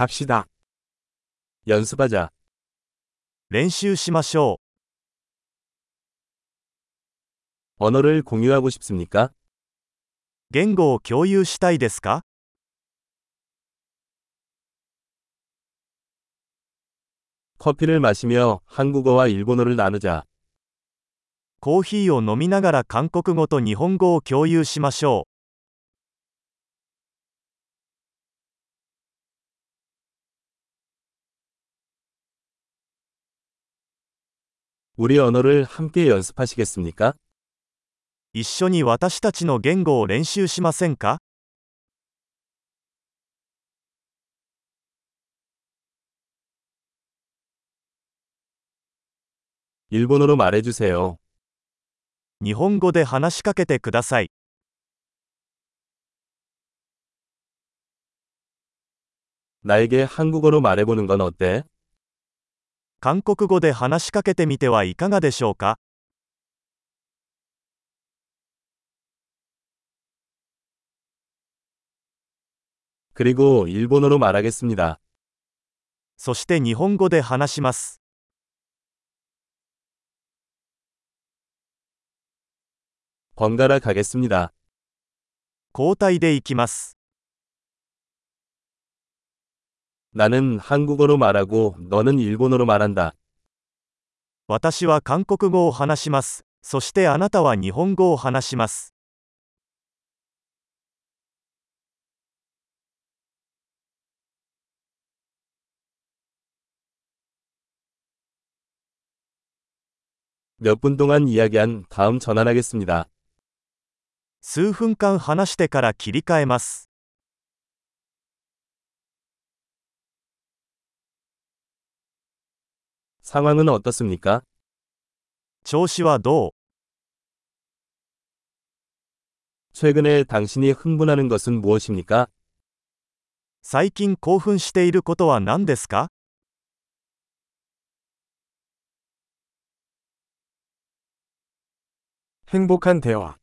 갑시다. 연습하자. 練習しましょ 언어를 공유하고 싶습니까? う。言語を共有したいですか 커피를 마시며 한국어와 일본어를 나누자. コーヒーを飲みながら韓国語と日本語を共有しましょ 우리 언어를 함께 연습하시겠습니까? う。一緒に私たちの言語を練習しませんか 일본어로 말해주세요. 日本語で話しかけてください。 나에게 한국어로 말해보는 건 어때? 韓国語で話しかけてみてはいかがでしょうか 그리고 일본어로 말하겠습니다. そして日本語で話します。 번갈아 가겠습니다. 交代でいきます。 나는 한국어로 말하고 너는 일본어로 말한다. 私は韓国語を話します。そしてあなたは日本語を話します。 몇 분 동안 이야기한 다음 전환하겠습니다. 数分間話してから切り替えます。 상황은 어떻습니까? 調子はどう 최근에 당신이 흥분하는 것은 무엇입니까? 最近興奮していることは何ですか 행복한 대화.